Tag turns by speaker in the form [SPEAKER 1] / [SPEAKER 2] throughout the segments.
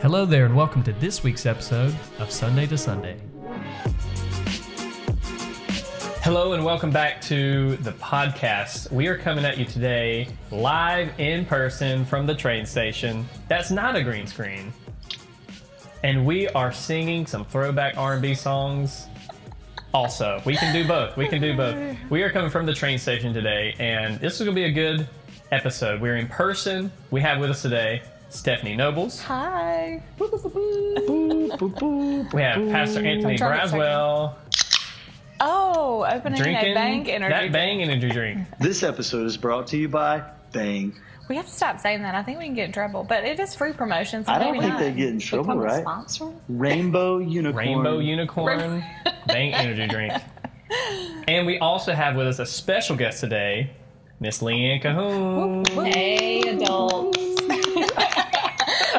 [SPEAKER 1] Hello there, and welcome to this week's episode of Sunday to Sunday. Hello, and welcome back to the podcast. We are coming at you today live in person from the train station. That's not a green screen. And we are singing some throwback R&B songs. Also, we can do both. We can do both. We are coming from the train station today, and this is going to be a good episode. We're in person. We have with us today Stephanie Nobles.
[SPEAKER 2] Hi.
[SPEAKER 1] We have Pastor Anthony
[SPEAKER 2] I'm trying to
[SPEAKER 1] Braswell
[SPEAKER 2] Oh, opening
[SPEAKER 1] drinking
[SPEAKER 2] a bank energy.
[SPEAKER 1] that bang energy drink.
[SPEAKER 3] This episode is brought to you by Bang.
[SPEAKER 2] We have to stop saying that. I think we can get in trouble, but it is free promotion. So
[SPEAKER 3] I don't
[SPEAKER 2] maybe
[SPEAKER 3] think
[SPEAKER 2] not.
[SPEAKER 3] they get in trouble,
[SPEAKER 4] Become a
[SPEAKER 3] right?
[SPEAKER 4] Sponsor?
[SPEAKER 3] Rainbow unicorn.
[SPEAKER 1] Rainbow unicorn bang energy drink. And we also have with us a special guest today, Miss Leanne Cahoon.
[SPEAKER 4] Hey, adults.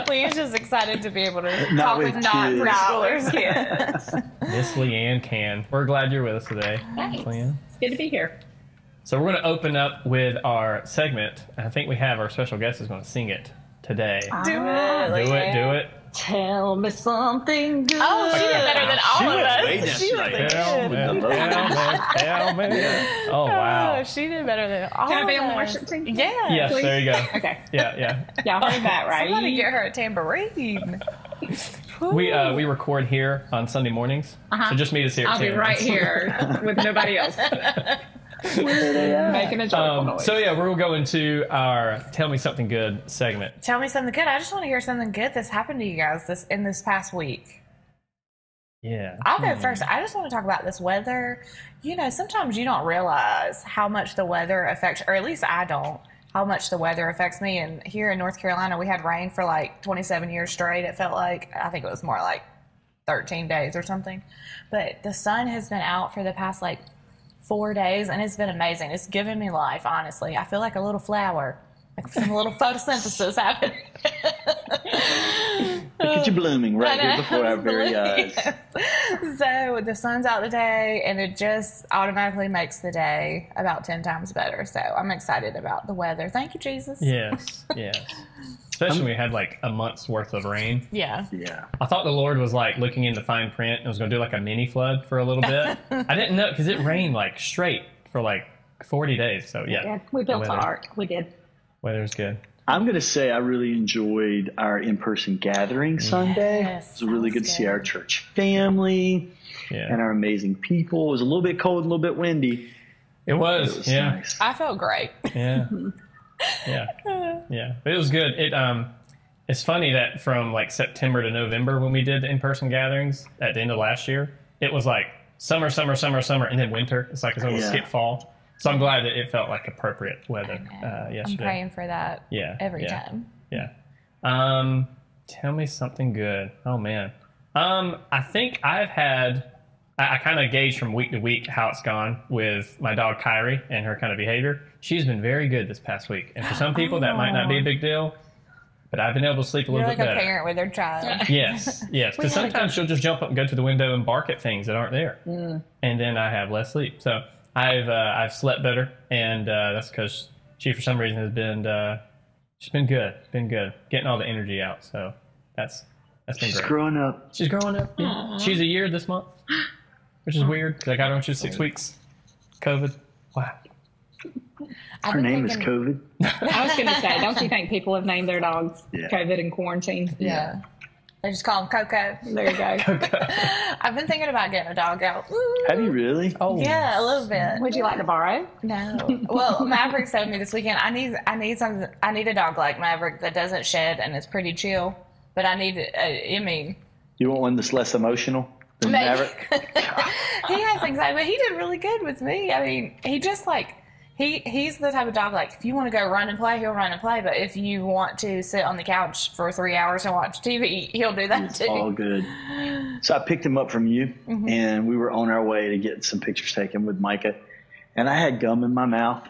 [SPEAKER 2] Leah's just excited to be able to
[SPEAKER 3] Not
[SPEAKER 2] talk
[SPEAKER 3] with
[SPEAKER 2] with not
[SPEAKER 3] kids.
[SPEAKER 2] preschoolers.
[SPEAKER 4] Yes.
[SPEAKER 1] Miss Leanne Can. We're glad you're with us today.
[SPEAKER 4] Thanks.
[SPEAKER 1] Leanne.
[SPEAKER 4] It's good to be here.
[SPEAKER 1] So we're going to open up with our segment. I think we have our special guest is going to sing it today.
[SPEAKER 2] Do it.
[SPEAKER 1] Do it, do it.
[SPEAKER 4] Tell me something good.
[SPEAKER 2] Oh, she did better than all
[SPEAKER 3] She
[SPEAKER 2] of
[SPEAKER 3] went
[SPEAKER 2] us.
[SPEAKER 3] way down
[SPEAKER 2] she
[SPEAKER 3] tonight.
[SPEAKER 2] really
[SPEAKER 1] Tell me,
[SPEAKER 2] did.
[SPEAKER 3] Yeah.
[SPEAKER 1] tell me, tell me. Oh, wow.
[SPEAKER 2] Oh, she did better than all
[SPEAKER 4] Can I
[SPEAKER 2] of
[SPEAKER 4] be
[SPEAKER 2] us.
[SPEAKER 4] on the worship team?
[SPEAKER 2] Yeah.
[SPEAKER 1] Yes, there you go.
[SPEAKER 4] Okay.
[SPEAKER 1] Yeah, yeah.
[SPEAKER 4] Y'all heard that, right?
[SPEAKER 2] Somebody get her a tambourine.
[SPEAKER 1] We uh, we record here on Sunday mornings,
[SPEAKER 4] Uh-huh.
[SPEAKER 1] so just meet us here. at
[SPEAKER 4] I'll be
[SPEAKER 1] 10.
[SPEAKER 4] right here with nobody else. Making a joyful
[SPEAKER 1] Um,
[SPEAKER 4] noise.
[SPEAKER 1] so yeah, we'll go into our "Tell Me Something Good" segment.
[SPEAKER 2] Tell me something good. I just want to hear something good that's happened to you guys this in this past week.
[SPEAKER 1] Yeah,
[SPEAKER 2] I'll go first. I just want to talk about this weather. You know, sometimes you don't realize how much the weather affects, or at least I don't, how much the weather affects me. And here in North Carolina, we had rain for like 27 years straight. It felt like, I think it was more like 13 days or something. But the sun has been out for the past like four days, and it's been amazing. It's given me life, honestly. I feel like a little flower, like some little photosynthesis happening.
[SPEAKER 3] Look at you blooming right
[SPEAKER 2] I
[SPEAKER 3] here before our very eyes.
[SPEAKER 2] so the sun's out today, and it just automatically makes the day about 10 times better. So I'm excited about the weather. Thank you, Jesus.
[SPEAKER 1] yes, yes. Especially when we had like a month's worth of rain.
[SPEAKER 2] Yeah.
[SPEAKER 3] Yeah.
[SPEAKER 1] I thought the Lord was like looking into fine print and was going to do like a mini flood for a little bit. I didn't know because it rained like straight for like forty days. So yeah,
[SPEAKER 4] yeah, we built an
[SPEAKER 1] Weather.
[SPEAKER 4] ark. We did.
[SPEAKER 1] weather's good.
[SPEAKER 3] I'm going to say I really enjoyed our in person gathering Sunday.
[SPEAKER 2] Yes,
[SPEAKER 3] it was really
[SPEAKER 2] that
[SPEAKER 3] good
[SPEAKER 2] was
[SPEAKER 3] to see
[SPEAKER 2] good.
[SPEAKER 3] our church family and
[SPEAKER 1] Yeah,
[SPEAKER 3] our amazing people. It was a little bit cold, a little bit windy.
[SPEAKER 1] it
[SPEAKER 3] but
[SPEAKER 1] was.
[SPEAKER 3] It was
[SPEAKER 1] yeah,
[SPEAKER 3] nice.
[SPEAKER 2] I felt great.
[SPEAKER 1] yeah yeah yeah But it was good it um it's funny that from like september to november when we did the in-person gatherings at the end of last year it was like summer summer summer summer and then winter it's like it's almost
[SPEAKER 3] Yeah.
[SPEAKER 1] skip fall so i'm glad that it felt like appropriate weather uh,
[SPEAKER 2] I'm
[SPEAKER 1] yesterday
[SPEAKER 2] praying for that
[SPEAKER 1] yeah
[SPEAKER 2] every
[SPEAKER 1] yeah,
[SPEAKER 2] time.
[SPEAKER 1] yeah um tell me something good oh man um i think i've had I, I kind of gauge from week to week how it's gone with my dog Kyrie and her kind of behavior. She's been very good this past week, and for some people that might not be a big deal, but I've been able to sleep a
[SPEAKER 2] You're
[SPEAKER 1] little
[SPEAKER 2] like
[SPEAKER 1] bit
[SPEAKER 2] a
[SPEAKER 1] better.
[SPEAKER 2] parent with their child.
[SPEAKER 1] Yes, yes.
[SPEAKER 2] We
[SPEAKER 1] Because
[SPEAKER 2] had a
[SPEAKER 1] sometimes she'll just jump up and go to the window and bark at things that aren't there,
[SPEAKER 2] Mm.
[SPEAKER 1] and then I have less sleep. So I've uh, I've slept better, and uh, that's because she for some reason has been uh, she's been good, been good, getting all the energy out. So that's that's been
[SPEAKER 3] She's
[SPEAKER 1] great.
[SPEAKER 3] growing up.
[SPEAKER 1] She's growing up. yeah. She's a year this month, which is weird. 'cause I got her when she was six weeks. COVID. Wow.
[SPEAKER 2] I've
[SPEAKER 3] Her
[SPEAKER 2] been
[SPEAKER 3] name is
[SPEAKER 2] thinking-
[SPEAKER 3] COVID.
[SPEAKER 4] I was going to say, don't you think people have named their dogs
[SPEAKER 3] Yeah.
[SPEAKER 4] COVID and quarantine?
[SPEAKER 2] Yeah. They just call him Coco.
[SPEAKER 4] There you go.
[SPEAKER 2] I've been thinking about getting a dog out.
[SPEAKER 3] Have you really?
[SPEAKER 1] Oh.
[SPEAKER 2] Yeah, a little bit.
[SPEAKER 4] Would you like to borrow?
[SPEAKER 2] No. Well, Maverick showed me this weekend. I need I need something. I need a dog like Maverick that doesn't shed and is pretty chill. But I need. A, I mean,
[SPEAKER 3] You want one that's less emotional than
[SPEAKER 2] Maybe.
[SPEAKER 3] Maverick?
[SPEAKER 2] he has anxiety, but he did really good with me. I mean, he just like he he's the type of dog like if you want to go run and play, he'll run and play. But if you want to sit on the couch for three hours and watch TV, he'll do that
[SPEAKER 3] It's
[SPEAKER 2] too.
[SPEAKER 3] all good. So I picked him up from you, and we were on our way to get some pictures taken with Micah. And I had gum in my mouth,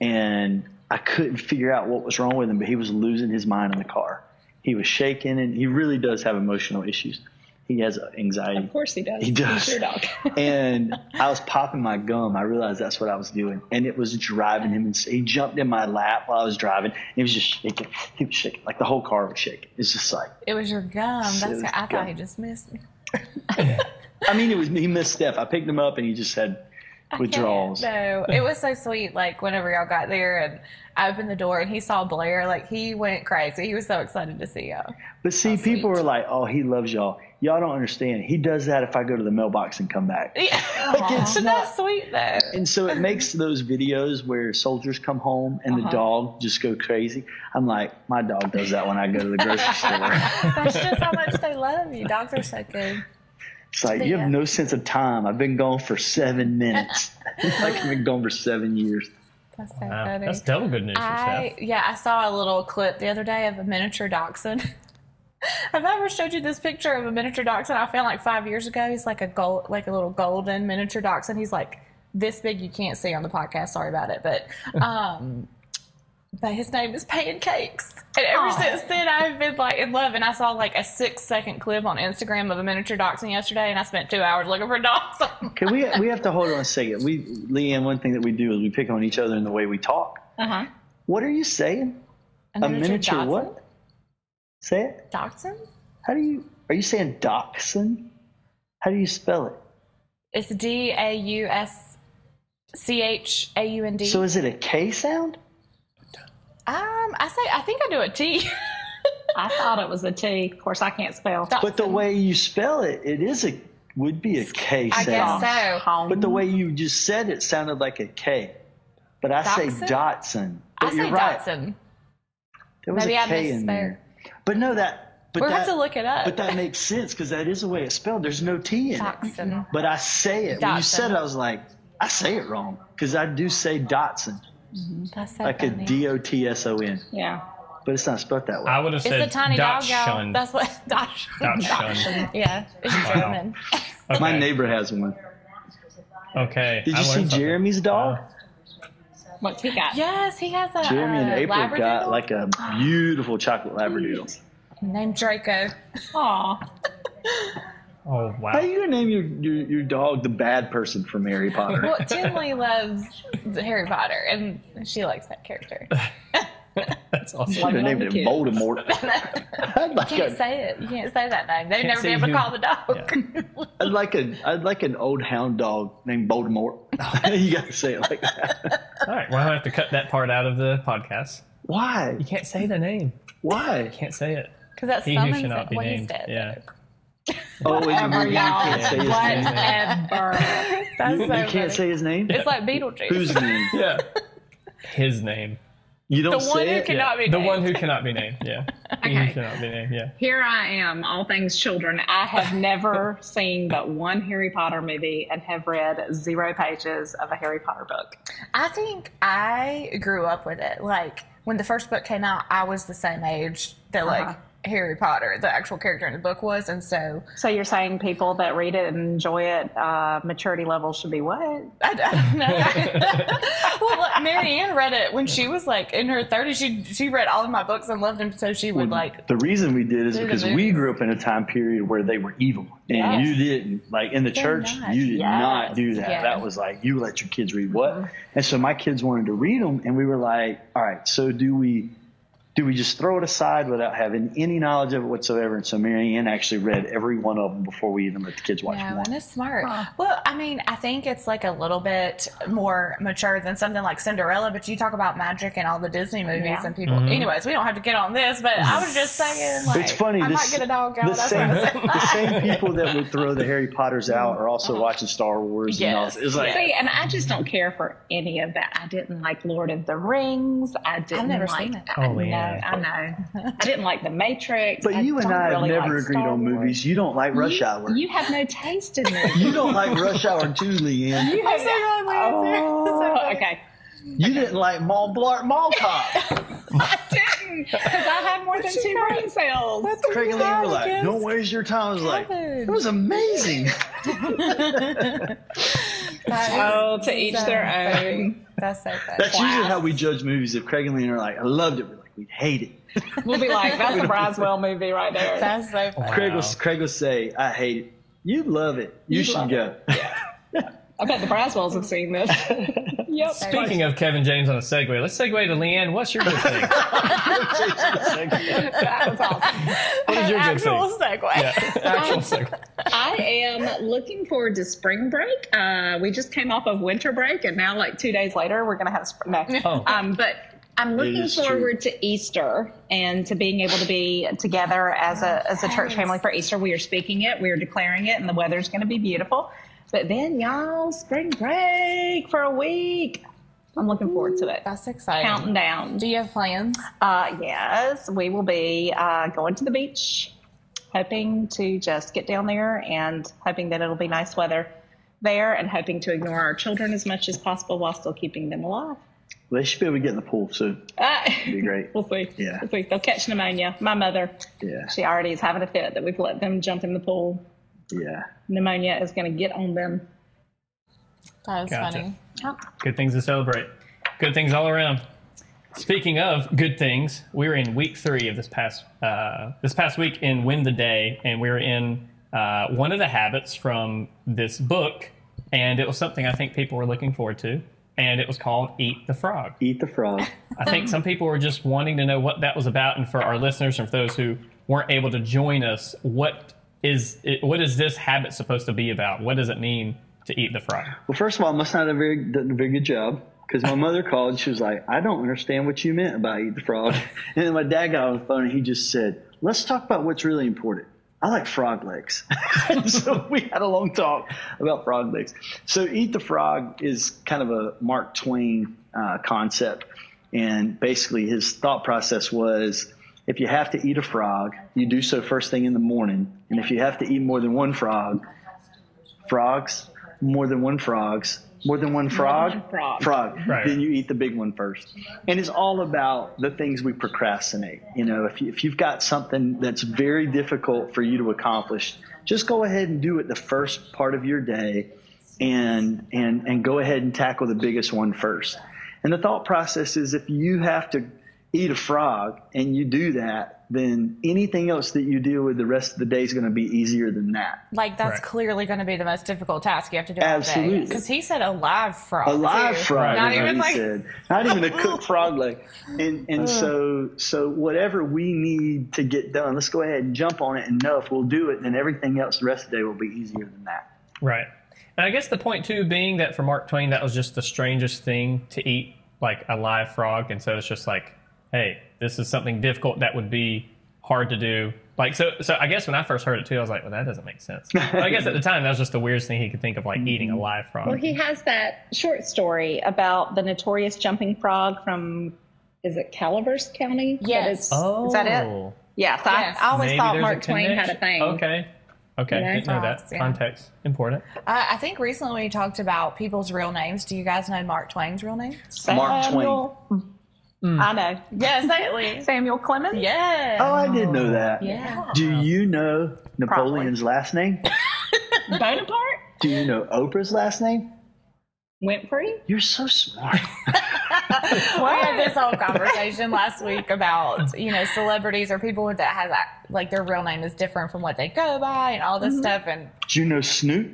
[SPEAKER 3] and I couldn't figure out what was wrong with him, but he was losing his mind in the car. He was shaking, and he really does have emotional issues. He has anxiety.
[SPEAKER 4] Of course he does.
[SPEAKER 3] He does.
[SPEAKER 4] He's your dog.
[SPEAKER 3] and I was popping my gum. I realized that's what I was doing, and it was driving him. ins he jumped in my lap while I was driving. and He was just shaking. He was shaking like the whole car was shaking. It's just like
[SPEAKER 2] It was your gum. That's
[SPEAKER 3] was
[SPEAKER 2] what I
[SPEAKER 3] gum.
[SPEAKER 2] thought he just missed me.
[SPEAKER 3] I mean, it was he misstep. I picked him up, and he just had withdrawals.
[SPEAKER 2] No, it was so sweet. Like whenever y'all got there, and I opened the door, and he saw Blair. Like he went crazy. He was so excited to see y'all.
[SPEAKER 3] But see,
[SPEAKER 2] sweet.
[SPEAKER 3] people are like, "Oh, he loves y'all." Y'all don't understand. He does that if I go to the mailbox and come back.
[SPEAKER 2] Yeah,
[SPEAKER 3] Like, it's
[SPEAKER 2] but
[SPEAKER 3] not-
[SPEAKER 2] that's sweet though.
[SPEAKER 3] And so it makes those videos where soldiers come home and the
[SPEAKER 4] Uh-huh.
[SPEAKER 3] dog just go crazy. I'm like, my dog does that when I go to the grocery store.
[SPEAKER 2] That's just how much they love you. Dogs are so good.
[SPEAKER 3] It's like you
[SPEAKER 2] Yeah.
[SPEAKER 3] have no sense of time. I've been gone for seven minutes. like I've been gone for seven years.
[SPEAKER 2] That's so
[SPEAKER 1] Wow,
[SPEAKER 2] funny.
[SPEAKER 1] that's double good news for
[SPEAKER 2] I
[SPEAKER 1] Steph.
[SPEAKER 2] yeah, I saw a little clip the other day of a miniature dachshund. I've ever showed you this picture of a miniature dachshund I found like five years ago. He's like a gold, like a little golden miniature dachshund. He's like this big. You can't see on the podcast. Sorry about it, but um, but his name is Pancakes. And ever
[SPEAKER 4] Aw.
[SPEAKER 2] since then, I've been like in love. And I saw like a six second clip on Instagram of a miniature dachshund yesterday, and I spent two hours looking for dachshund.
[SPEAKER 3] Okay, we we have to hold on a second. We Leanne, one thing that we do is we pick on each other in the way we talk.
[SPEAKER 4] Uh huh.
[SPEAKER 3] What are you saying? A miniature what? Say it.
[SPEAKER 2] Dachshund.
[SPEAKER 3] How do you are you saying dachshund? How do you spell it?
[SPEAKER 2] It's D A U S C H A U N D.
[SPEAKER 3] So is it a K sound?
[SPEAKER 2] Um, I say I think I do a T.
[SPEAKER 4] I thought it was a T. Of course, I can't spell.
[SPEAKER 3] But the way you spell it, it is a would be a K
[SPEAKER 2] I
[SPEAKER 3] sound.
[SPEAKER 2] guess so.
[SPEAKER 4] Home.
[SPEAKER 3] But the way you just said it sounded like a K. But I say
[SPEAKER 2] Dachshund?
[SPEAKER 3] Dotson.
[SPEAKER 2] I
[SPEAKER 3] But
[SPEAKER 2] say
[SPEAKER 3] you're right.
[SPEAKER 2] Dotson.
[SPEAKER 3] There was
[SPEAKER 2] Maybe
[SPEAKER 3] a K
[SPEAKER 2] I
[SPEAKER 3] in
[SPEAKER 2] misspoke.
[SPEAKER 3] there. But no, that. But
[SPEAKER 2] We'll
[SPEAKER 3] that,
[SPEAKER 2] have to look it up.
[SPEAKER 3] But that makes sense because that is the way it's spelled. There's no T in it.
[SPEAKER 2] Dotson.
[SPEAKER 3] But I say it. When you
[SPEAKER 2] Dotson.
[SPEAKER 3] said it, I was like, I say it wrong because I do say Dotson,
[SPEAKER 2] That's so
[SPEAKER 3] like a
[SPEAKER 2] funny.
[SPEAKER 3] D O T S O N.
[SPEAKER 4] yeah.
[SPEAKER 3] But it's not spelled that way.
[SPEAKER 1] I would have
[SPEAKER 2] It's
[SPEAKER 1] said
[SPEAKER 2] a tiny dog, y'all.
[SPEAKER 1] Dachshund.
[SPEAKER 2] That's what Dachshund.
[SPEAKER 1] Dachshund.
[SPEAKER 2] Yeah, it's German.
[SPEAKER 1] Okay.
[SPEAKER 3] My neighbor has one.
[SPEAKER 1] Okay.
[SPEAKER 3] Did
[SPEAKER 1] I
[SPEAKER 3] you see
[SPEAKER 1] learned something. Uh,
[SPEAKER 3] Jeremy's dog?
[SPEAKER 1] Wow.
[SPEAKER 4] What's he got?
[SPEAKER 2] Yes, he has a
[SPEAKER 3] Jeremy and
[SPEAKER 2] uh,
[SPEAKER 3] April got
[SPEAKER 2] Labradoodle
[SPEAKER 3] like a beautiful chocolate labradoodle.
[SPEAKER 2] named Draco.
[SPEAKER 4] Aw.
[SPEAKER 1] Oh wow.
[SPEAKER 3] How you gonna name your, your your dog the bad person from Harry Potter?
[SPEAKER 2] Well, Tinley loves Harry Potter, and she likes that character.
[SPEAKER 1] That's awesome.
[SPEAKER 3] Should have
[SPEAKER 4] One
[SPEAKER 3] named
[SPEAKER 4] of
[SPEAKER 3] him
[SPEAKER 4] the
[SPEAKER 3] Voldemort. I'd like,
[SPEAKER 2] You can't
[SPEAKER 3] a,
[SPEAKER 2] say it. You can't say that name. They've
[SPEAKER 1] Can't
[SPEAKER 2] never
[SPEAKER 1] say
[SPEAKER 2] been able to
[SPEAKER 1] who-
[SPEAKER 2] call the dog.
[SPEAKER 3] I'd like a I'd like an old hound dog named Voldemort. you gotta say it like that.
[SPEAKER 1] All right. Well, I have to cut that part out of the podcast.
[SPEAKER 3] Why?
[SPEAKER 1] You can't say the name.
[SPEAKER 3] Why?
[SPEAKER 1] Can't say it.
[SPEAKER 2] Because that
[SPEAKER 1] He who
[SPEAKER 2] summons
[SPEAKER 1] should not
[SPEAKER 2] it
[SPEAKER 1] be
[SPEAKER 2] when he's
[SPEAKER 1] named.
[SPEAKER 2] dead.
[SPEAKER 1] Yeah.
[SPEAKER 3] Oh, in the
[SPEAKER 4] Whatever,
[SPEAKER 3] movie, you
[SPEAKER 4] y'all.
[SPEAKER 3] can't say his name.
[SPEAKER 4] Whatever.
[SPEAKER 2] That's
[SPEAKER 3] You,
[SPEAKER 2] so
[SPEAKER 3] you
[SPEAKER 2] funny.
[SPEAKER 3] can't say his name.
[SPEAKER 2] It's like Beetlejuice.
[SPEAKER 3] Whose name?
[SPEAKER 1] Yeah. His name.
[SPEAKER 3] You don't
[SPEAKER 2] the one
[SPEAKER 3] say
[SPEAKER 2] who
[SPEAKER 3] it.
[SPEAKER 2] cannot be
[SPEAKER 1] the
[SPEAKER 2] named.
[SPEAKER 1] one who cannot be named. Yeah. He who
[SPEAKER 4] Okay.
[SPEAKER 1] cannot be named. Yeah.
[SPEAKER 4] Here I am, all things children. I have never seen but one Harry Potter movie and have read zero pages of a Harry Potter book.
[SPEAKER 2] I think I grew up with it. Like when the first book came out, I was the same age that like
[SPEAKER 4] Uh-huh.
[SPEAKER 2] Harry Potter, the actual character in the book was, and so
[SPEAKER 4] So you're saying people that read it and enjoy it, uh, maturity level should be what?
[SPEAKER 2] I, I don't know. well, like, Mary Ann read it when she was like in her thirties. She she read all of my books and loved them, so she would like.
[SPEAKER 3] The reason we did is
[SPEAKER 2] Do the
[SPEAKER 3] because we
[SPEAKER 2] movies.
[SPEAKER 3] grew up in a time period where they were evil, and
[SPEAKER 2] Yes.
[SPEAKER 3] you didn't. Like in the
[SPEAKER 2] They're
[SPEAKER 3] church,
[SPEAKER 2] not.
[SPEAKER 3] you did
[SPEAKER 4] Yes.
[SPEAKER 3] not do that.
[SPEAKER 2] Yeah.
[SPEAKER 3] That was like you let your kids read what.
[SPEAKER 2] Mm-hmm.
[SPEAKER 3] And so my kids wanted to read them, and we were like, "All right, so do we?" Do we just throw it aside without having any knowledge of it whatsoever? And so Mary Ann actually read every one of them before we even let the kids watch
[SPEAKER 2] Yeah,
[SPEAKER 3] one.
[SPEAKER 2] and it's smart. Well, I mean, I think it's like a little bit more mature than something like Cinderella, but you talk about magic and all the Disney movies
[SPEAKER 4] Yeah.
[SPEAKER 2] and people. Anyways, we don't have to get on this, but I was just saying, like,
[SPEAKER 3] It's funny.
[SPEAKER 2] I
[SPEAKER 3] this,
[SPEAKER 2] might get a dog
[SPEAKER 3] the
[SPEAKER 2] out. That's what
[SPEAKER 3] same,
[SPEAKER 2] I was saying. Uh-huh.
[SPEAKER 3] the same people that would throw the Harry Potters out are also watching Star Wars and all.
[SPEAKER 2] Yes,
[SPEAKER 3] this. It's like
[SPEAKER 4] See, and I just don't care for any of that. I didn't like Lord of the Rings. I didn't
[SPEAKER 2] never
[SPEAKER 4] like.
[SPEAKER 2] seen it.
[SPEAKER 4] I
[SPEAKER 1] Oh,
[SPEAKER 4] know,
[SPEAKER 1] yeah.
[SPEAKER 4] I know. I didn't like The Matrix.
[SPEAKER 3] But you and
[SPEAKER 4] don't
[SPEAKER 3] I have
[SPEAKER 4] really
[SPEAKER 3] never
[SPEAKER 4] like
[SPEAKER 3] agreed
[SPEAKER 4] Star
[SPEAKER 3] on
[SPEAKER 4] Wars.
[SPEAKER 3] movies. You don't like Rush
[SPEAKER 4] you,
[SPEAKER 3] Hour. You,
[SPEAKER 4] You have no taste in them.
[SPEAKER 3] don't like Rush Hour too, Leanne.
[SPEAKER 4] You
[SPEAKER 2] I'm so glad we answered. So
[SPEAKER 4] Oh,
[SPEAKER 2] funny.
[SPEAKER 4] okay.
[SPEAKER 3] You didn't like Mall Blart Mall Cop.
[SPEAKER 4] I didn't because I had more than two brain cells.
[SPEAKER 3] Craig and Lee were like, "Don't waste your time." I was like, "It was amazing."
[SPEAKER 4] Oh, to each
[SPEAKER 2] so
[SPEAKER 4] their
[SPEAKER 2] funny.
[SPEAKER 4] own.
[SPEAKER 2] That's so funny.
[SPEAKER 3] That's usually how we judge movies. If Craig and Lee are like, "I loved it," we're like, We'd hate it.
[SPEAKER 4] We'll be like, that's a Braswell movie right there.
[SPEAKER 2] That's so funny.
[SPEAKER 3] Craig will
[SPEAKER 1] Wow.
[SPEAKER 3] Craig will say, "I hate it. You love it. You
[SPEAKER 4] You
[SPEAKER 3] should
[SPEAKER 4] love
[SPEAKER 3] go."
[SPEAKER 4] I bet the Braswells have seen this. yep.
[SPEAKER 1] Speaking of Kevin James on a segue, let's segue to Leanne. What's your good thing?
[SPEAKER 4] that was awesome.
[SPEAKER 1] What is your good
[SPEAKER 2] Actual
[SPEAKER 1] thing?
[SPEAKER 2] segue.
[SPEAKER 1] Yeah, actual segue.
[SPEAKER 4] I am looking forward to spring break. Uh, we just came off of winter break, and now, like two days later, we're going to have spring. No.
[SPEAKER 1] Oh.
[SPEAKER 4] Um, but I'm looking
[SPEAKER 3] is true.
[SPEAKER 4] forward to Easter and to being able to be together as a as a church family for Easter. We are speaking it, we are declaring it, and the weather's going to be beautiful. But then, y'all, spring break for a week. I'm looking forward to it.
[SPEAKER 2] That's exciting.
[SPEAKER 4] Counting down.
[SPEAKER 2] Do you have plans?
[SPEAKER 4] Uh, yes, we will be uh, going to the beach, hoping to just get down there and hoping that it'll be nice weather there and hoping to ignore our children as much as possible while still keeping them alive.
[SPEAKER 3] They should be able to get in the pool soon.
[SPEAKER 4] Ah.
[SPEAKER 3] Be great.
[SPEAKER 4] We'll see.
[SPEAKER 3] Yeah.
[SPEAKER 4] We'll see. They'll catch pneumonia. My mother,
[SPEAKER 3] Yeah,
[SPEAKER 4] she already is having a fit that we've let them jump in the pool.
[SPEAKER 3] yeah.
[SPEAKER 4] Pneumonia is going to get on them.
[SPEAKER 2] That was
[SPEAKER 1] Gotcha.
[SPEAKER 2] funny.
[SPEAKER 4] Oh,
[SPEAKER 1] Good things to celebrate. Good things all around. Speaking of good things, we were in week three of this past uh, this past week in Win the Day, and we were in uh, one of the habits from this book, and it was something I think people were looking forward to, and it was called Eat the Frog.
[SPEAKER 3] Eat the frog.
[SPEAKER 1] I think some people were just wanting to know what that was about, and for our listeners and for those who weren't able to join us, what is it, what is this habit supposed to be about? What does it mean to eat the frog?
[SPEAKER 3] Well, first of all, I must not have very, done a very good job because my mother called and she was like, I don't understand what you meant about eat the frog. And then my dad got on the phone and he just said, Let's talk about what's really important. I like frog legs. so we had a long talk about frog legs. So, eat the frog is kind of a Mark Twain uh, concept. And basically, his thought process was if you have to eat a frog, you do so first thing in the morning. And if you have to eat more than one frog, frogs, more than one frogs, more than one frog,
[SPEAKER 4] one frog.
[SPEAKER 1] Right.
[SPEAKER 3] Then you eat the big one first. And it's all about the things we procrastinate. You know, if, you, if you've got something that's very difficult for you to accomplish, just go ahead and do it the first part of your day and, and, and go ahead and tackle the biggest one first. And the thought process is if you have to eat a frog and you do that, then anything else that you deal with the rest of the day is going to be easier than that.
[SPEAKER 2] Like that's
[SPEAKER 1] Right.
[SPEAKER 2] clearly going to be the most difficult task you have to do.
[SPEAKER 3] Absolutely.
[SPEAKER 2] Because he said a live frog.
[SPEAKER 3] a live
[SPEAKER 2] too.
[SPEAKER 3] frog.
[SPEAKER 2] Not
[SPEAKER 3] is what
[SPEAKER 2] even
[SPEAKER 3] he
[SPEAKER 2] like.
[SPEAKER 3] said. not even a cooked frog leg. And and so so whatever we need to get done, let's go ahead and jump on it. And know if we'll do it, then everything else the rest of the day will be easier than that.
[SPEAKER 1] Right. And I guess the point too being that for Mark Twain, that was just the strangest thing to eat, like a live frog. And so it's just like, hey, this is something difficult that would be hard to do. Like so, so I guess when I first heard it too, I was like, well, that doesn't make sense. But I guess at the time, that was just the weirdest thing he could think of, like eating a live frog.
[SPEAKER 4] Mm-hmm. Well, he has that short story about the notorious jumping frog from, is it Calaveras County? That
[SPEAKER 2] Yes.
[SPEAKER 4] is- Is that it? Yes.
[SPEAKER 2] Yes.
[SPEAKER 4] I, I always
[SPEAKER 1] Oh, Maybe
[SPEAKER 4] thought
[SPEAKER 1] there's
[SPEAKER 4] Mark
[SPEAKER 1] a
[SPEAKER 4] Twain had a
[SPEAKER 1] connection.
[SPEAKER 4] thing.
[SPEAKER 1] Okay. Okay.
[SPEAKER 4] Yeah,
[SPEAKER 1] Didn't know that.
[SPEAKER 2] frogs, yeah.
[SPEAKER 1] Context important.
[SPEAKER 2] Uh, I think recently we talked about people's real names. Do you guys know Mark Twain's real name?
[SPEAKER 3] Mark
[SPEAKER 4] Samuel- Hmm. I know.
[SPEAKER 2] Yes, exactly.
[SPEAKER 4] Samuel Clemens?
[SPEAKER 2] yes.
[SPEAKER 3] Oh, I did know that.
[SPEAKER 2] yeah.
[SPEAKER 3] Do you know Napoleon's last name?
[SPEAKER 4] Bonaparte?
[SPEAKER 3] Do you know Oprah's last name?
[SPEAKER 4] Winfrey?
[SPEAKER 3] You're so smart.
[SPEAKER 2] We had this whole conversation last week about you know celebrities or people that have that like their real name is different from what they go by and all
[SPEAKER 4] Mm-hmm.
[SPEAKER 2] this stuff and
[SPEAKER 3] Do you know Snoop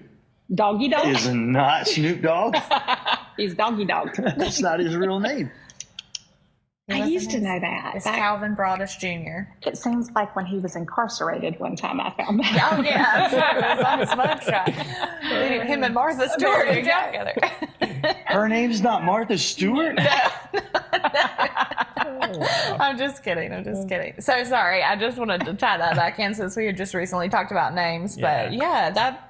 [SPEAKER 4] Doggy dog?
[SPEAKER 3] is not Snoop Dogg?
[SPEAKER 4] He's doggy dog.
[SPEAKER 3] That's not his real name.
[SPEAKER 4] I
[SPEAKER 2] Yes,
[SPEAKER 4] used
[SPEAKER 2] it
[SPEAKER 4] to
[SPEAKER 2] is.
[SPEAKER 4] know that.
[SPEAKER 2] it's
[SPEAKER 4] Back-
[SPEAKER 2] Calvin Broadus Jr.
[SPEAKER 4] it seems like when he was incarcerated one time, I found that.
[SPEAKER 2] Oh yeah, I'm sure it was on his mugshot. Him and Martha Stewart
[SPEAKER 4] There you go.
[SPEAKER 2] together.
[SPEAKER 3] Her name's not Martha Stewart.
[SPEAKER 2] I'm just kidding. I'm just kidding. So sorry. I just wanted to tie that back in since we had just recently talked about names. But
[SPEAKER 1] Yeah.
[SPEAKER 2] yeah, that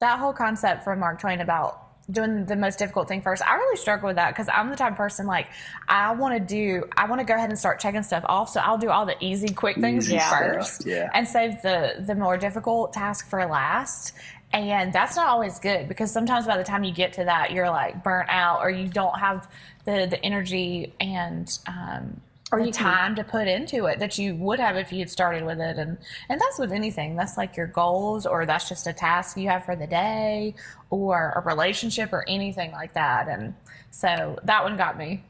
[SPEAKER 2] that whole concept from Mark Twain about doing the most difficult thing first. I really struggle with that because I'm the type of person like I want to do. I want to go ahead and start checking stuff off. So I'll do all the easy, quick things
[SPEAKER 3] Easy stuff,
[SPEAKER 2] first,
[SPEAKER 3] yeah.
[SPEAKER 2] and save the the more difficult task for last. And that's not always good because sometimes by the time you get to that, you're like burnt out or you don't have the, the energy and um, or the
[SPEAKER 4] you can-
[SPEAKER 2] time to put into it that you would have if you had started with it. And, and that's with anything. That's like your goals or that's just a task you have for the day or a relationship or anything like that. And so that one got me.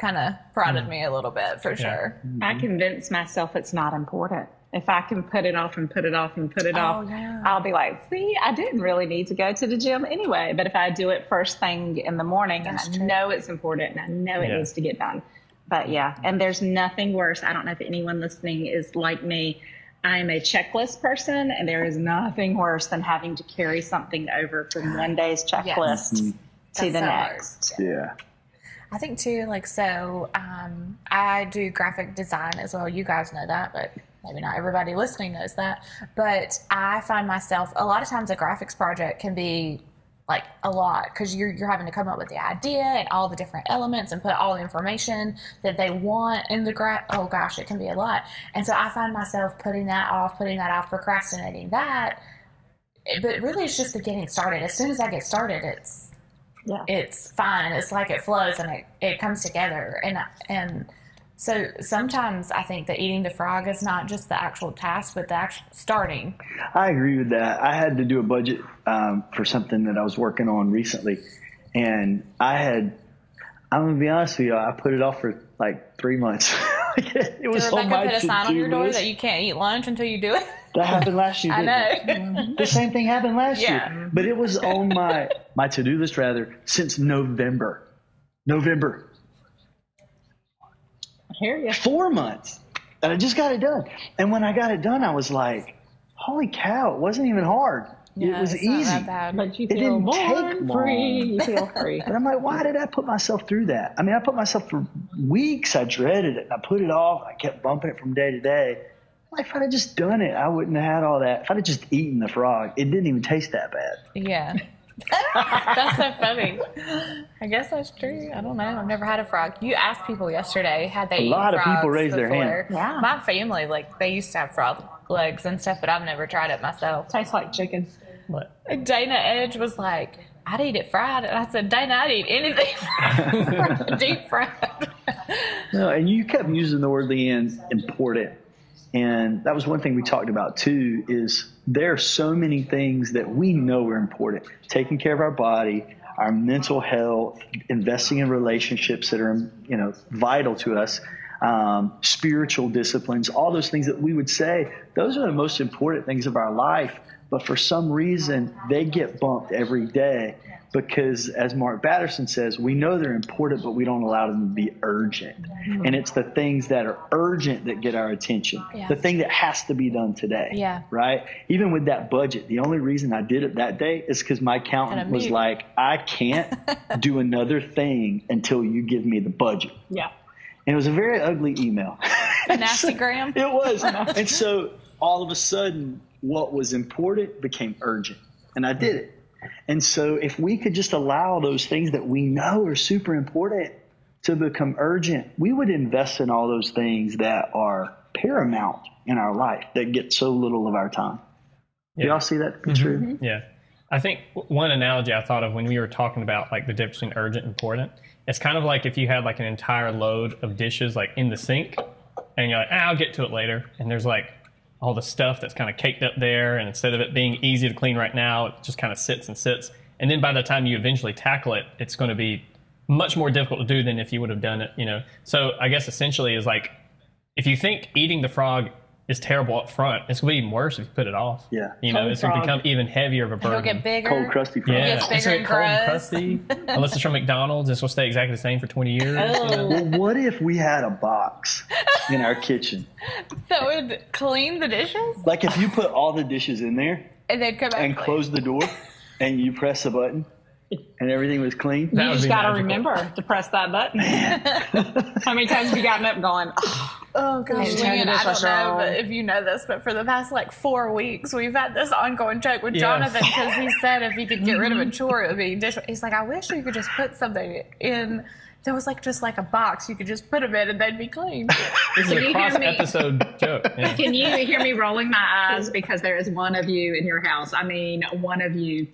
[SPEAKER 2] kind of prodded me a little bit for
[SPEAKER 1] Yeah.
[SPEAKER 2] sure.
[SPEAKER 4] I convince myself it's not important. If I can put it off and put it off and put it
[SPEAKER 2] Oh,
[SPEAKER 4] off,
[SPEAKER 2] yeah.
[SPEAKER 4] I'll be like, see, I didn't really need to go to the gym anyway. But if I do it first thing in the morning
[SPEAKER 2] That's
[SPEAKER 4] and I
[SPEAKER 2] true.
[SPEAKER 4] know it's important and I know it
[SPEAKER 1] Yeah.
[SPEAKER 4] needs to get done. But yeah, and there's nothing worse. I don't know if anyone listening is like me. I'm a checklist person, and there is nothing worse than having to carry something over from one day's checklist to
[SPEAKER 2] Mm-hmm. That's
[SPEAKER 4] the
[SPEAKER 2] so hard.
[SPEAKER 4] next.
[SPEAKER 3] Yeah.
[SPEAKER 2] I think too, like so. Um, I do graphic design as well. You guys know that, but maybe not everybody listening knows that. But I find myself a lot of times a graphics project can be like a lot because you're you're having to come up with the idea and all the different elements and put all the information that they want in the graph. Oh gosh, it can be a lot. And so I find myself putting that off, putting that off, procrastinating that. But really, it's just the getting started. As soon as I get started, it's
[SPEAKER 4] Yeah.
[SPEAKER 2] it's fine. It's like it flows and it, it comes together. And and so sometimes I think that eating the frog is not just the actual task, but the actual starting.
[SPEAKER 3] I agree with that. I had to do a budget um, for something that I was working on recently, and I had. I'm gonna be honest with you. I put it off for like three months. Like, it was
[SPEAKER 2] Rebecca
[SPEAKER 3] on my
[SPEAKER 2] put a sign on
[SPEAKER 3] to-do
[SPEAKER 2] your door
[SPEAKER 3] list.
[SPEAKER 2] that you can't eat lunch until you do it.
[SPEAKER 3] That happened last year.
[SPEAKER 2] I
[SPEAKER 3] didn't it?
[SPEAKER 2] know.
[SPEAKER 3] The same thing happened last
[SPEAKER 2] Yeah.
[SPEAKER 3] year, but it was on my my to do list rather since November. November,
[SPEAKER 4] I hear you.
[SPEAKER 3] four months, and I just got it done. And when I got it done, I was like, "Holy cow! It wasn't even hard. it was
[SPEAKER 2] it's not that
[SPEAKER 3] easy."
[SPEAKER 2] bad.
[SPEAKER 4] But you
[SPEAKER 3] It
[SPEAKER 4] feel
[SPEAKER 3] didn't take
[SPEAKER 4] born free.
[SPEAKER 3] long.
[SPEAKER 4] You feel free.
[SPEAKER 3] And I'm like, why did I put myself through that? I mean, I put myself for weeks. I dreaded it. I put it off. I kept bumping it from day to day. Like, if I'd have just done it, I wouldn't have had all that. If I'd have just eaten the frog, it didn't even taste that bad.
[SPEAKER 2] Yeah. that's so funny. I guess that's true. I don't know. I've never had a frog. You asked people yesterday had they
[SPEAKER 3] A
[SPEAKER 2] eaten
[SPEAKER 3] lot of people
[SPEAKER 2] frogs
[SPEAKER 3] raised their hand.
[SPEAKER 2] before.
[SPEAKER 4] Yeah.
[SPEAKER 2] My family like they used to have frog legs and stuff, but I've never tried it myself.
[SPEAKER 4] Tastes like chicken.
[SPEAKER 1] What?
[SPEAKER 2] Dana Edge was like, I'd eat it fried. And I said, Dana, I'd eat anything fried, deep fried.
[SPEAKER 3] No, and you kept using the word Leanne important. And that was one thing we talked about too is there are so many things that we know are important. Taking care of our body, our mental health, investing in relationships that are you know vital to us, um, spiritual disciplines, all those things that we would say those are the most important things of our life. But for some reason, they get bumped every day because, as Mark Batterson says, we know they're important, but we don't allow them to be urgent. And it's the things that are urgent that get our attention,
[SPEAKER 2] Yeah.
[SPEAKER 3] the thing that has to be done today.
[SPEAKER 2] Yeah.
[SPEAKER 3] Right? Even with that budget, the only reason I did it that day is because my accountant
[SPEAKER 2] Kinda
[SPEAKER 3] was
[SPEAKER 2] moot.
[SPEAKER 3] like, I can't do another thing until you give me the budget.
[SPEAKER 4] Yeah.
[SPEAKER 3] And it was a very ugly email.
[SPEAKER 2] Nasty gram.
[SPEAKER 3] It was. and so all of a sudden, what was important became urgent. And I did it. And so if we could just allow those things that we know are super important to become urgent, we would invest in all those things that are paramount in our life that get so little of our time. Do
[SPEAKER 1] Yeah.
[SPEAKER 3] y'all see that
[SPEAKER 1] Mm-hmm.
[SPEAKER 3] picture?
[SPEAKER 1] Yeah. I think w- one analogy I thought of when we were talking about like the difference between urgent and important, it's kind of like if you had like an entire load of dishes like in the sink and you're like, ah, I'll get to it later. And there's like all the stuff that's kind of caked up there. And instead of it being easy to clean right now, it just kind of sits and sits. And then by the time you eventually tackle it, it's going to be much more difficult to do than if you would have done it, you know? So I guess essentially is like, if you think eating the frog is terrible up front, it's going to be even worse if you put it off.
[SPEAKER 3] Yeah.
[SPEAKER 1] You know,
[SPEAKER 4] Cold
[SPEAKER 1] it's going to
[SPEAKER 4] frog.
[SPEAKER 1] become even heavier of a burden.
[SPEAKER 2] It'll get bigger.
[SPEAKER 3] Cold, crusty frog.
[SPEAKER 1] Yeah,
[SPEAKER 2] It gets
[SPEAKER 1] it's
[SPEAKER 2] bigger
[SPEAKER 1] gonna get
[SPEAKER 2] and
[SPEAKER 1] cold and
[SPEAKER 2] gross.
[SPEAKER 1] crusty. Unless it's from McDonald's, it's gonna stay exactly the same for 20 years. you
[SPEAKER 3] Oh,
[SPEAKER 1] know?
[SPEAKER 3] Well, what if we had a box in our kitchen?
[SPEAKER 2] That would clean the dishes
[SPEAKER 3] Like if you put all the dishes in there,
[SPEAKER 2] and they'd come back.
[SPEAKER 3] and
[SPEAKER 2] clean.
[SPEAKER 3] close the door and you press the button and everything was clean.
[SPEAKER 1] That
[SPEAKER 4] you
[SPEAKER 1] would
[SPEAKER 4] just
[SPEAKER 1] be
[SPEAKER 4] got to
[SPEAKER 1] magical.
[SPEAKER 4] remember to press that button. How many times have you gotten up going, "Ugh,
[SPEAKER 2] Oh gosh, Leanne,
[SPEAKER 4] And turn the
[SPEAKER 2] I don't
[SPEAKER 4] dishwasher
[SPEAKER 2] know
[SPEAKER 4] on.
[SPEAKER 2] but if you know this, but for the past like four weeks, we've had this ongoing joke with
[SPEAKER 1] Yes.
[SPEAKER 2] Jonathan because he said if he could get rid of a
[SPEAKER 4] Mm-hmm.
[SPEAKER 2] chore, it would be dish. He's like, I wish you could just put something in. There was like just like a box you could just put them in and they'd be clean.
[SPEAKER 1] this is
[SPEAKER 4] Can you
[SPEAKER 1] a
[SPEAKER 4] hear
[SPEAKER 1] cross
[SPEAKER 4] me?
[SPEAKER 1] episode joke. Yeah.
[SPEAKER 4] Can you hear me rolling my eyes? Because there is one of you in your house. I mean, one of you.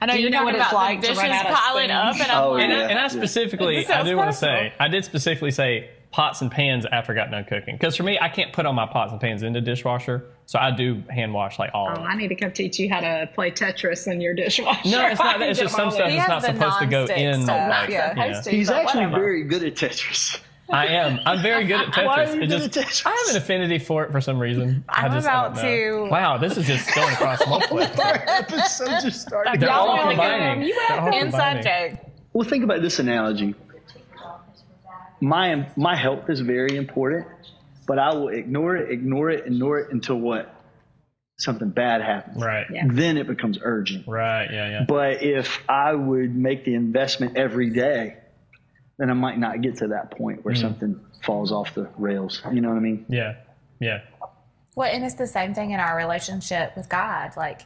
[SPEAKER 2] I know
[SPEAKER 4] Do you
[SPEAKER 2] you're
[SPEAKER 4] know
[SPEAKER 2] talking
[SPEAKER 4] what it's
[SPEAKER 2] about
[SPEAKER 4] like
[SPEAKER 2] the
[SPEAKER 4] to
[SPEAKER 2] dishes
[SPEAKER 4] run out of
[SPEAKER 2] piling
[SPEAKER 4] spoons?
[SPEAKER 2] up, and I'm
[SPEAKER 3] Oh,
[SPEAKER 2] like,
[SPEAKER 3] yeah.
[SPEAKER 1] And I specifically,
[SPEAKER 2] This
[SPEAKER 1] I
[SPEAKER 2] sounds
[SPEAKER 1] do want to
[SPEAKER 2] personal.
[SPEAKER 1] say, I did specifically say pots and pans after I got done cooking. Because for me, I can't put all my pots and pans in the dishwasher, so I do hand wash like all. of
[SPEAKER 4] Oh,
[SPEAKER 1] them.
[SPEAKER 4] I need to come teach you how to play Tetris in your dishwasher.
[SPEAKER 1] No, it's not that. It's just some stuff
[SPEAKER 2] He
[SPEAKER 1] that's not
[SPEAKER 2] has the
[SPEAKER 1] supposed to go
[SPEAKER 2] nonstick
[SPEAKER 1] in.
[SPEAKER 2] stuff.
[SPEAKER 1] Like,
[SPEAKER 4] Yeah,
[SPEAKER 1] yeah.
[SPEAKER 4] hosting,
[SPEAKER 3] He's
[SPEAKER 4] but
[SPEAKER 3] actually
[SPEAKER 4] whatever.
[SPEAKER 3] very good at Tetris.
[SPEAKER 1] I am. I'm very good at Tetris.
[SPEAKER 3] Why are you
[SPEAKER 1] It
[SPEAKER 3] good
[SPEAKER 1] just-
[SPEAKER 3] at Tetris?
[SPEAKER 1] I have an affinity for it for some reason. I
[SPEAKER 2] I'm
[SPEAKER 1] just, I
[SPEAKER 2] about
[SPEAKER 1] don't know.
[SPEAKER 2] to-
[SPEAKER 1] Wow, this is just going across multiple.
[SPEAKER 3] Our episode just started.
[SPEAKER 1] They're all
[SPEAKER 2] really good.
[SPEAKER 1] combining.
[SPEAKER 2] You
[SPEAKER 1] They're all
[SPEAKER 2] Inside
[SPEAKER 1] combining.
[SPEAKER 2] joke.
[SPEAKER 3] Well, think about this analogy. My my health is very important, but I will ignore it, ignore it, ignore it until what something bad happens.
[SPEAKER 1] Right.
[SPEAKER 4] Yeah.
[SPEAKER 3] Then it becomes urgent.
[SPEAKER 1] Right. Yeah. Yeah.
[SPEAKER 3] But if I would make the investment every day, then I might not get to that point where something falls off the rails. You know what I mean?
[SPEAKER 1] Yeah. Yeah.
[SPEAKER 2] Well, and it's the same thing in our relationship with God. Like,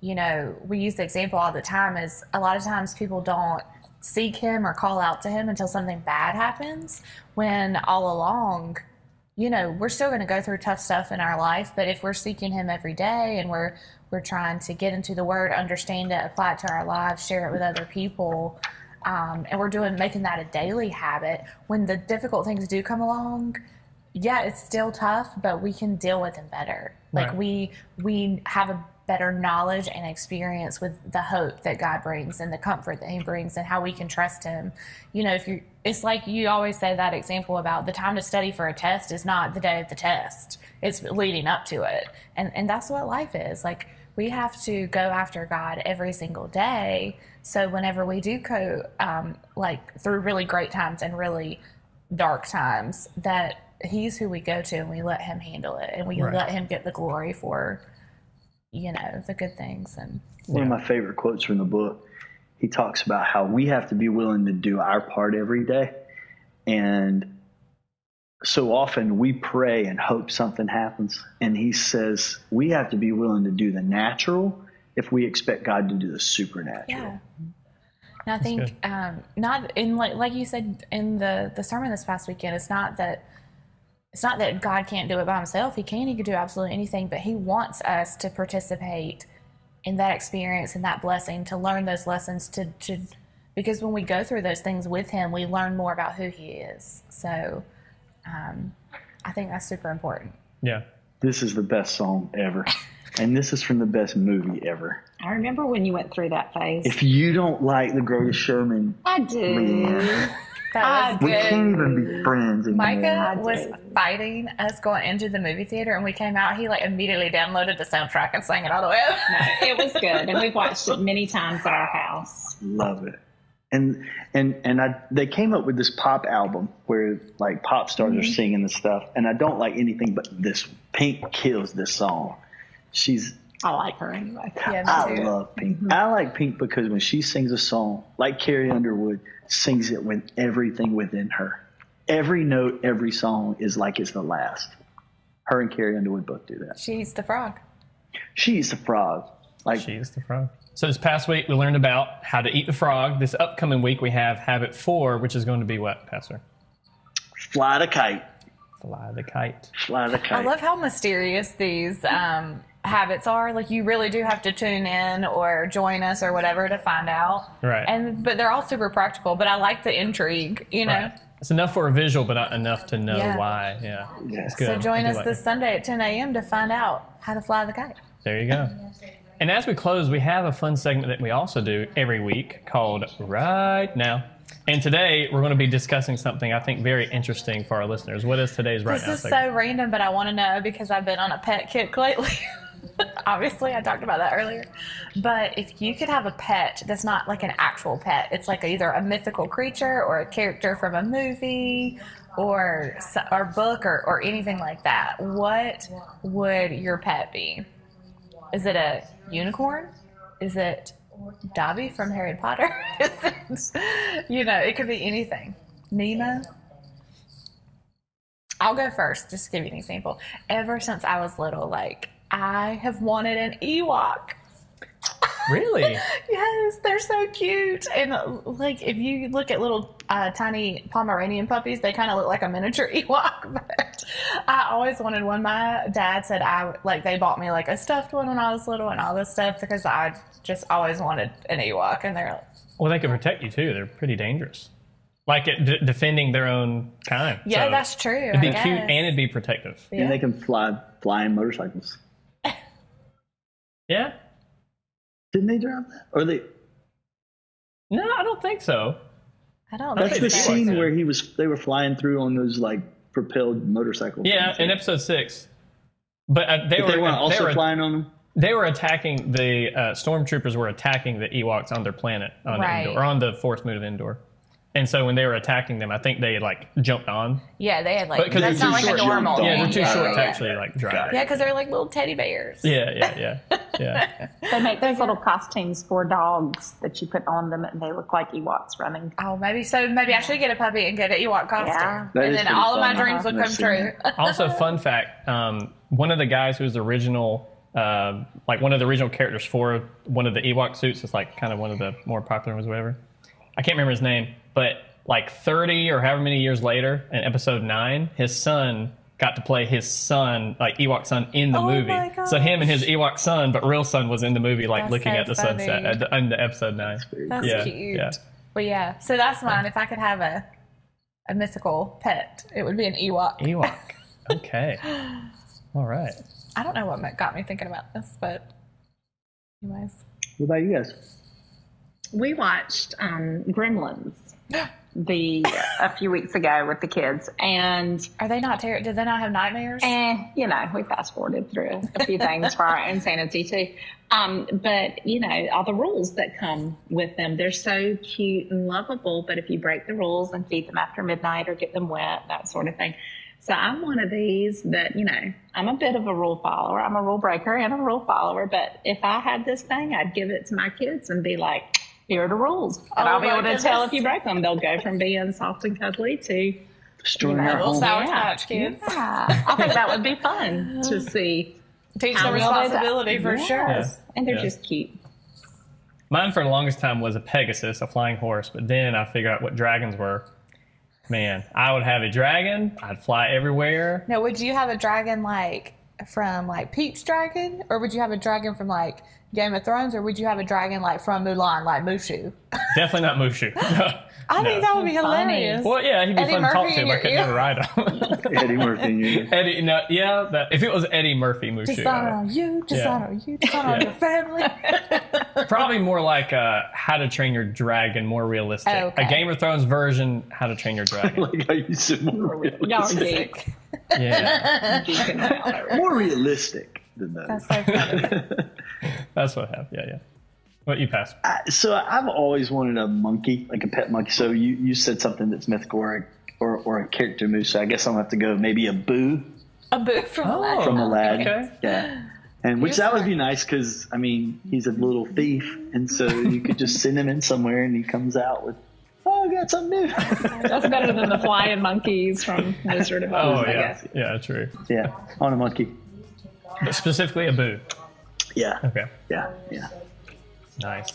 [SPEAKER 2] you know, we use the example all the time is a lot of times people don't seek Him or call out to Him until something bad happens, when all along, you know, we're still going to go through tough stuff in our life, but if we're seeking Him every day and we're we're trying to get into the Word, understand it, apply it to our lives, share it with other people, um, and we're doing making that a daily habit. When the difficult things do come along, yeah, it's still tough, but we can deal with them better. Like
[SPEAKER 1] Right.
[SPEAKER 2] we we have a better knowledge and experience with the hope that God brings and the comfort that He brings and how we can trust Him. You know, if you it's like you always say that example about the time to study for a test is not the day of the test. It's leading up to it. And and that's what life is. Like we have to go after God every single day. So whenever we do go um, like through really great times and really dark times that he's who we go to and we let him handle it and we
[SPEAKER 1] Right.
[SPEAKER 2] let him get the glory for you know the good things and
[SPEAKER 3] One of
[SPEAKER 1] Yeah.
[SPEAKER 3] my favorite quotes from the book, he talks about how we have to be willing to do our part every day. And so often we pray and hope something happens. And he says we have to be willing to do the natural if we expect God to do the supernatural.
[SPEAKER 2] yeah and i think um not in like like you said in the the sermon this past weekend it's not that it's not that god can't do it by himself he can he can do absolutely anything but he wants us to participate in that experience and that blessing to learn those lessons to to because when we go through those things with him we learn more about who he is so um i think that's super important
[SPEAKER 1] Yeah.
[SPEAKER 3] This is the best song ever. and this is from the best movie ever.
[SPEAKER 4] I remember when you went through that phase.
[SPEAKER 3] If you don't like The Greatest Showman,
[SPEAKER 4] I do.
[SPEAKER 2] that was
[SPEAKER 3] we
[SPEAKER 2] good
[SPEAKER 3] can't even be friends anymore.
[SPEAKER 2] Micah
[SPEAKER 4] Yeah, I
[SPEAKER 2] was
[SPEAKER 4] did.
[SPEAKER 2] fighting us going into the movie theater, and we came out. He like immediately downloaded the soundtrack and sang it all the way. up.
[SPEAKER 4] it was good, and we've watched it many times at our house.
[SPEAKER 3] love it and and and i they came up with this pop album where like pop stars are singing this stuff and i don't like anything but this one. pink kills this song she's
[SPEAKER 4] I like her anyway. Um,
[SPEAKER 2] yeah,
[SPEAKER 3] i
[SPEAKER 2] me too.
[SPEAKER 3] love pink i like pink because when she sings a song like carrie underwood sings it with everything within her every note every song is like it's the last her and carrie underwood both do that
[SPEAKER 2] She's the frog.
[SPEAKER 3] she's a frog like
[SPEAKER 1] She's the frog. So this past week we learned about how to eat the frog. This upcoming week we have habit four, which is going to be what, Pastor?
[SPEAKER 3] fly the kite
[SPEAKER 1] Fly the kite.
[SPEAKER 3] fly the
[SPEAKER 2] I
[SPEAKER 3] kite
[SPEAKER 2] love how mysterious these um, habits are. Like you really do have to tune in or join us or whatever to find out.
[SPEAKER 1] Right.
[SPEAKER 2] And but they're all super practical. But I like the intrigue. You know.
[SPEAKER 1] Right. It's enough for a visual, but not enough to know
[SPEAKER 2] Yeah.
[SPEAKER 1] why. Yeah.
[SPEAKER 3] Yeah.
[SPEAKER 1] It's good.
[SPEAKER 2] So
[SPEAKER 1] I
[SPEAKER 2] join
[SPEAKER 1] do
[SPEAKER 2] us
[SPEAKER 1] like
[SPEAKER 2] this
[SPEAKER 1] it.
[SPEAKER 2] Sunday at 10 a.m. to find out how to fly the kite.
[SPEAKER 1] There you go. And as we close, we have a fun segment that we also do every week called Right Now. And today we're going to be discussing something I think very interesting for our listeners. What is today's Right
[SPEAKER 2] This
[SPEAKER 1] Now
[SPEAKER 2] is
[SPEAKER 1] segment?
[SPEAKER 2] so random, but I want to know because I've been on a pet kick lately. Obviously, I talked about that earlier. But if you could have a pet that's not like an actual pet, it's like either a mythical creature or a character from a movie or s- or book or, or anything like that, what would your pet be? Is it a unicorn? Is it Dobby from Harry Potter? Is it, you know, it could be anything. Nemo? I'll go first, just to give you an example. Ever since I was little, like, I have wanted an Ewok.
[SPEAKER 1] really?
[SPEAKER 2] Yes, they're so cute. And, uh, like, if you look at little uh, tiny Pomeranian puppies, they kind of look like a miniature Ewok. But I always wanted one. My dad said, I like, they bought me, like, a stuffed one when I was little and all this stuff because I just always wanted an Ewok. And they're,
[SPEAKER 1] Well, they can protect you too. They're pretty dangerous. like it, d- defending their own kind.
[SPEAKER 2] Yeah,
[SPEAKER 1] So
[SPEAKER 2] that's true.
[SPEAKER 1] It'd be
[SPEAKER 2] I
[SPEAKER 1] cute
[SPEAKER 2] guess.
[SPEAKER 1] and it'd be protective.
[SPEAKER 2] Yeah.
[SPEAKER 3] And they can fly flying motorcycles.
[SPEAKER 1] Yeah.
[SPEAKER 3] Didn't they drive that? Or they
[SPEAKER 1] No, I don't think so.
[SPEAKER 2] I don't
[SPEAKER 1] That's
[SPEAKER 2] think
[SPEAKER 3] that's the
[SPEAKER 1] they
[SPEAKER 2] so.
[SPEAKER 1] did.
[SPEAKER 3] scene where he was they were flying through on those like propelled motorcycles.
[SPEAKER 1] Yeah, in episode six. But uh, they
[SPEAKER 3] But
[SPEAKER 1] were
[SPEAKER 3] they weren't also
[SPEAKER 1] they were,
[SPEAKER 3] flying on them.
[SPEAKER 1] they were attacking the uh, stormtroopers were attacking the Ewoks on their planet on
[SPEAKER 2] Right.
[SPEAKER 1] Endor, or on the forest moon of Endor. And so when they were attacking them, I think they like jumped on.
[SPEAKER 2] Yeah, they had
[SPEAKER 1] But
[SPEAKER 2] like
[SPEAKER 1] 'cause
[SPEAKER 2] that's
[SPEAKER 1] they're
[SPEAKER 2] not like
[SPEAKER 3] too
[SPEAKER 2] a
[SPEAKER 3] short.
[SPEAKER 2] normal.
[SPEAKER 3] Yeah,
[SPEAKER 1] Yeah, they're
[SPEAKER 2] thing.
[SPEAKER 1] too
[SPEAKER 2] yeah,
[SPEAKER 1] short
[SPEAKER 2] yeah,
[SPEAKER 1] to
[SPEAKER 2] yeah.
[SPEAKER 1] actually like drive.
[SPEAKER 3] Got
[SPEAKER 2] Yeah, because they're like little teddy bears.
[SPEAKER 1] Yeah, yeah, yeah, yeah.
[SPEAKER 4] They make those little costumes for dogs that you put on them, and they look like Ewoks running.
[SPEAKER 2] Oh, maybe so. Maybe I should get a puppy and get an Ewok costume,
[SPEAKER 4] Yeah.
[SPEAKER 3] That
[SPEAKER 2] and
[SPEAKER 3] is
[SPEAKER 2] then
[SPEAKER 3] pretty
[SPEAKER 2] all of my
[SPEAKER 3] fun.
[SPEAKER 2] dreams would
[SPEAKER 3] I've
[SPEAKER 2] come true.
[SPEAKER 3] seen
[SPEAKER 1] also, fun fact: um, one of the guys who was the original, uh, like one of the original characters for one of the Ewok suits, is like kind of one of the more popular ones, whatever. I can't remember his name, but like thirty or however many years later, in episode nine, his son got to play his son, like Ewok son, in the
[SPEAKER 2] Oh
[SPEAKER 1] movie.
[SPEAKER 2] my
[SPEAKER 1] So him and his Ewok son, but real son, was in the movie, like
[SPEAKER 2] That's
[SPEAKER 1] looking
[SPEAKER 2] so
[SPEAKER 1] at the
[SPEAKER 2] funny.
[SPEAKER 1] sunset at the, in the episode nine.
[SPEAKER 2] That's
[SPEAKER 1] Yeah,
[SPEAKER 2] cute.
[SPEAKER 1] yeah.
[SPEAKER 2] But yeah, so that's mine. If I could have a a mythical pet, it would be an Ewok.
[SPEAKER 1] Ewok. Okay. All right.
[SPEAKER 2] I don't know what ma- got me thinking about this, but anyways,
[SPEAKER 3] What about you guys?
[SPEAKER 4] We watched um, Gremlins the a few weeks ago with the kids, and
[SPEAKER 2] are they not terrible? Did they not have nightmares?
[SPEAKER 4] eh, you know, we fast forwarded through a few things for our own sanity too. Um, but you know, all the rules that come with them, they're so cute and lovable. But if you break the rules and feed them after midnight or get them wet, that sort of thing. So I'm one of these that, you know, I'm a bit of a rule follower. I'm a rule breaker and a rule follower. But if I had this thing, I'd give it to my kids and be like, here are the rules. And
[SPEAKER 2] Oh
[SPEAKER 4] I'll be
[SPEAKER 2] my
[SPEAKER 4] able to tell
[SPEAKER 2] goodness.
[SPEAKER 4] if you break them. They'll go from being soft and cuddly to
[SPEAKER 3] Destroying
[SPEAKER 4] Yeah,
[SPEAKER 3] our
[SPEAKER 2] Little
[SPEAKER 3] home.
[SPEAKER 2] sour patch kids.
[SPEAKER 4] yeah. I think that would be fun to see.
[SPEAKER 2] Teach them
[SPEAKER 4] How well they-
[SPEAKER 2] responsibility for
[SPEAKER 4] Yes.
[SPEAKER 2] sure.
[SPEAKER 1] Yeah.
[SPEAKER 4] And they're
[SPEAKER 1] Yeah.
[SPEAKER 4] just cute.
[SPEAKER 1] Mine for the longest time was a Pegasus, a flying horse, but then I figured out what dragons were. Man, I would have a dragon, I'd fly everywhere.
[SPEAKER 2] Now, would you have a dragon like from like Peach Dragon, or would you have a dragon from like Game of Thrones, or would you have a dragon like from Mulan, like Mushu?
[SPEAKER 1] Definitely not Mushu.
[SPEAKER 2] I
[SPEAKER 1] No.
[SPEAKER 2] think that would be
[SPEAKER 4] Funny.
[SPEAKER 2] hilarious.
[SPEAKER 1] Well, yeah, he'd be
[SPEAKER 2] Eddie
[SPEAKER 1] fun to talk
[SPEAKER 2] Murphy
[SPEAKER 1] to,
[SPEAKER 2] in
[SPEAKER 1] but I
[SPEAKER 2] your
[SPEAKER 1] could
[SPEAKER 2] ear.
[SPEAKER 1] never ride him.
[SPEAKER 3] Eddie Murphy and you.
[SPEAKER 1] Eddie, no, yeah, that, if it was Eddie Murphy, Mushu.
[SPEAKER 2] Dishonor
[SPEAKER 1] uh,
[SPEAKER 2] you, dishonor you, dishonor
[SPEAKER 1] Yeah.
[SPEAKER 2] your family.
[SPEAKER 1] probably more like uh, How to Train Your Dragon, more realistic.
[SPEAKER 2] Okay.
[SPEAKER 1] A Game of Thrones version, How to Train Your Dragon.
[SPEAKER 3] like how you said more
[SPEAKER 4] Y'all are
[SPEAKER 3] realistic.
[SPEAKER 4] geeks.
[SPEAKER 1] yeah,
[SPEAKER 4] Geeking out over it.
[SPEAKER 3] More realistic than that.
[SPEAKER 2] That's so funny.
[SPEAKER 1] that's what happened. Yeah, yeah. What you passed?
[SPEAKER 3] I- so I've always wanted a monkey, like a pet monkey. So you, you said something that's mythical or, or, or a character move. So I guess I'm going to have to go maybe a boo
[SPEAKER 2] A boo from
[SPEAKER 1] Oh.
[SPEAKER 2] Aladdin.
[SPEAKER 3] from Aladdin.
[SPEAKER 1] Okay.
[SPEAKER 3] Yeah. And which that would be nice because, I mean, he's a little thief. And so you could just send him in somewhere and he comes out with, oh, I got something new.
[SPEAKER 4] That's better than the flying monkeys from Wizard of Oz,
[SPEAKER 1] Oh
[SPEAKER 4] I
[SPEAKER 1] yeah,
[SPEAKER 4] guess.
[SPEAKER 1] yeah, true.
[SPEAKER 3] yeah. On a monkey.
[SPEAKER 1] But specifically a boo.
[SPEAKER 3] Yeah.
[SPEAKER 1] Okay.
[SPEAKER 3] Yeah. Yeah.
[SPEAKER 1] Nice.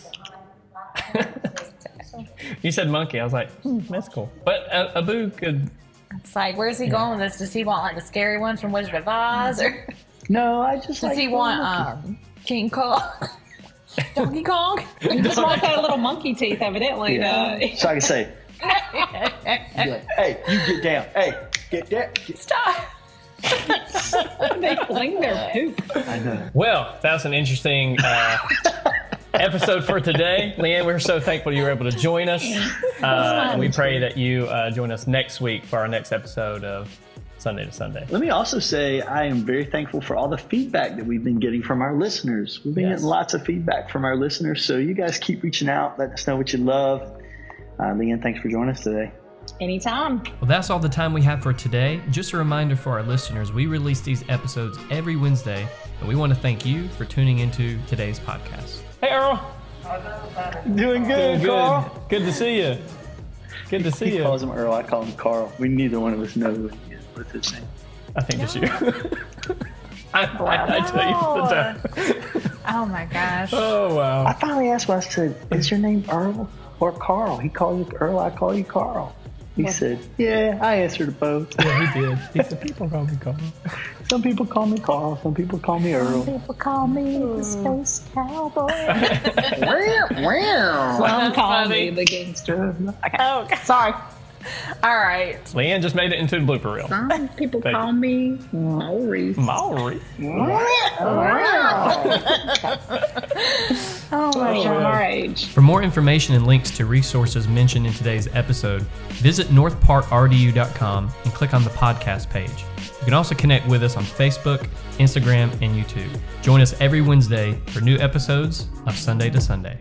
[SPEAKER 1] you said monkey. I was like, hmm, that's cool. But a, a boo could.
[SPEAKER 2] It's like, where's he going with this? Does he want like the scary ones from Wizard of Oz, or
[SPEAKER 3] No, I just
[SPEAKER 2] does
[SPEAKER 3] like
[SPEAKER 2] he
[SPEAKER 3] the
[SPEAKER 2] want
[SPEAKER 3] monkey.
[SPEAKER 2] um King Kong, Donkey Kong?
[SPEAKER 4] Just like that little monkey teeth, evidently. uh,
[SPEAKER 3] Yeah.
[SPEAKER 4] to-
[SPEAKER 3] So I can say, be like, hey, you get down. Hey, get down. Get-
[SPEAKER 2] Stop.
[SPEAKER 4] they fling their poop.
[SPEAKER 3] I know.
[SPEAKER 1] Well, that was an interesting uh, episode for today, Leanne. We're so thankful you were able to join us. Uh, we pray that you uh, join us next week for our next episode of Sunday to Sunday.
[SPEAKER 3] Let me also say, I am very thankful for all the feedback that we've been getting from our listeners. We've been
[SPEAKER 1] Yes.
[SPEAKER 3] getting lots of feedback from our listeners. So you guys keep reaching out. Let us know what you love. Uh, Leanne, thanks for joining us today.
[SPEAKER 4] Anytime.
[SPEAKER 1] Well, that's all the time we have for today. Just a reminder for our listeners, we release these episodes every Wednesday, and we want to thank you for tuning into today's podcast. Hey, Earl.
[SPEAKER 3] Doing good,
[SPEAKER 1] Good to see you. Good to see
[SPEAKER 3] He
[SPEAKER 1] you.
[SPEAKER 3] calls him Earl. I call him Carl. We neither one of us know what he is. What's his name?
[SPEAKER 1] I think it's you. I, I, I tell you all the time.
[SPEAKER 2] Oh my gosh.
[SPEAKER 1] Oh
[SPEAKER 3] I
[SPEAKER 1] wow.
[SPEAKER 3] finally asked him. I said, "Is your name Earl or Carl?" He called you Earl. I call you Carl. He said, "Yeah, I answered both.
[SPEAKER 1] Yeah, he did. He said people call me Carl.
[SPEAKER 3] Some people call me Carl. Some people call me Earl."
[SPEAKER 4] People call me the space cowboy.
[SPEAKER 3] wow, wow.
[SPEAKER 4] Some call
[SPEAKER 2] funny.
[SPEAKER 4] me the gangster.
[SPEAKER 2] Oh,
[SPEAKER 4] Sorry.
[SPEAKER 2] All right.
[SPEAKER 1] Leanne just made it into the blooper reel.
[SPEAKER 4] Some people
[SPEAKER 1] Thank
[SPEAKER 4] call
[SPEAKER 1] you.
[SPEAKER 4] me Maurice.
[SPEAKER 1] Maori.
[SPEAKER 2] Oh my
[SPEAKER 4] Gosh, I'm our age.
[SPEAKER 1] For more information and links to resources mentioned in today's episode, visit northparkrdu.com and click on the podcast page. You can also connect with us on Facebook, Instagram, and YouTube. Join us every Wednesday for new episodes of Sunday to Sunday.